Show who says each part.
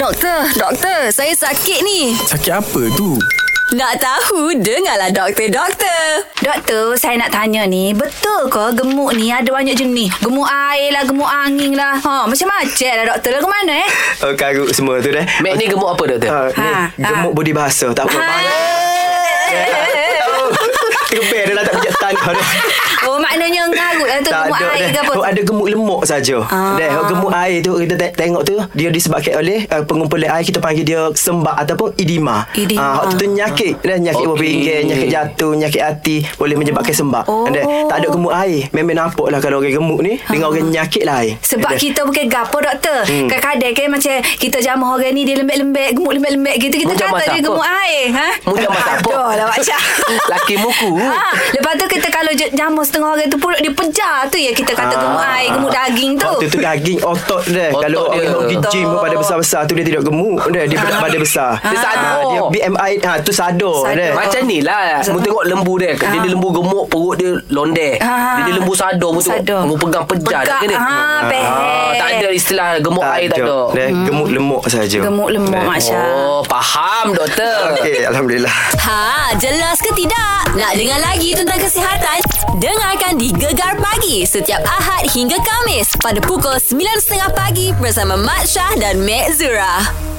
Speaker 1: Doktor, doktor, saya sakit ni.
Speaker 2: Sakit apa tu?
Speaker 1: Nak tahu, dengarlah doktor, doktor.
Speaker 3: Doktor, saya nak tanya ni, betul ke gemuk ni ada banyak jenis? Gemuk air lah, gemuk angin lah. Ha, macam-macam lah doktor lah. Ke mana eh?
Speaker 4: Oh, karut semua tu dah.
Speaker 5: Mac ni gemuk apa doktor?
Speaker 4: Ha, ni,
Speaker 3: Ha,
Speaker 4: gemuk
Speaker 3: ha.
Speaker 4: body bahasa. Tak apa. Bahaya. Oh, Tergebel dia lah tak pijak tanah dah.
Speaker 3: Oh, maknanya ngarut lah tu gemuk air ke
Speaker 4: dah.
Speaker 3: apa?
Speaker 4: Oh, ada gemuk lemuk saja.
Speaker 3: Ah.
Speaker 4: Dah oh, gemuk air tu kita te- tengok tu dia disebabkan oleh uh, pengumpulan air kita panggil dia sembak ataupun edema.
Speaker 3: Edema.
Speaker 4: Ah, waktu tu nyakit dah nyakit okay.
Speaker 5: Okey.
Speaker 4: pinggir, nyakit jatuh, nyakit hati boleh menyebabkan sembak.
Speaker 3: Oh.
Speaker 4: Dah tak ada gemuk air. Memang nampak lah kalau orang gemuk ni dengan orang nyakit lah air.
Speaker 3: Ah. Sebab
Speaker 4: Dah.
Speaker 3: kita bukan gapo doktor. Hmm. Kadang-kadang kan macam kita jamah orang ni dia lembek-lembek, gemuk lembek-lembek gitu kita
Speaker 5: Mu jamah
Speaker 3: kata dia
Speaker 5: siapa?
Speaker 3: gemuk air, ha?
Speaker 5: Mu jamah siapa?
Speaker 3: Aduh lah macam.
Speaker 5: Laki muku.
Speaker 4: Oh.
Speaker 3: Ha, lepas tu kita kalau j- jamah setengah orang tu perut dia pejar tu ya kita kata
Speaker 4: Ah.
Speaker 3: gemuk air, gemuk daging tu.
Speaker 4: Waktu tu daging otot dia
Speaker 5: Otot
Speaker 4: Kalau
Speaker 5: dia.
Speaker 4: orang pergi gym pada besar-besar tu dia tidak gemuk dia Dia berat badan besar
Speaker 5: Dia sadar.
Speaker 4: Ah, Dia BMI ha, tu sadar dia
Speaker 5: Macam ni lah Mu tengok lembu dia Dia ada lembu gemuk Perut dia londe
Speaker 3: Ah.
Speaker 5: Dia ada lembu sadar Mu
Speaker 3: Sadar.
Speaker 5: tengok Mu pegang pejar
Speaker 3: Pegang,
Speaker 5: dia.
Speaker 3: ah, peher.
Speaker 5: Tak ada istilah Gemuk air tak ada
Speaker 4: Ah, Dia Gemuk lemuk saja
Speaker 3: Hmm. Gemuk lemuk
Speaker 4: Dia.
Speaker 3: Masya.
Speaker 5: Oh faham doktor
Speaker 4: Okey Alhamdulillah
Speaker 1: Ha, jelas ke tidak? Nak dengar lagi tentang kesihatan? Dengarkan di Gegar Pagi setiap Ahad hingga Kamis pada pukul 9.30 pagi bersama Mat Syah dan Mek Zura.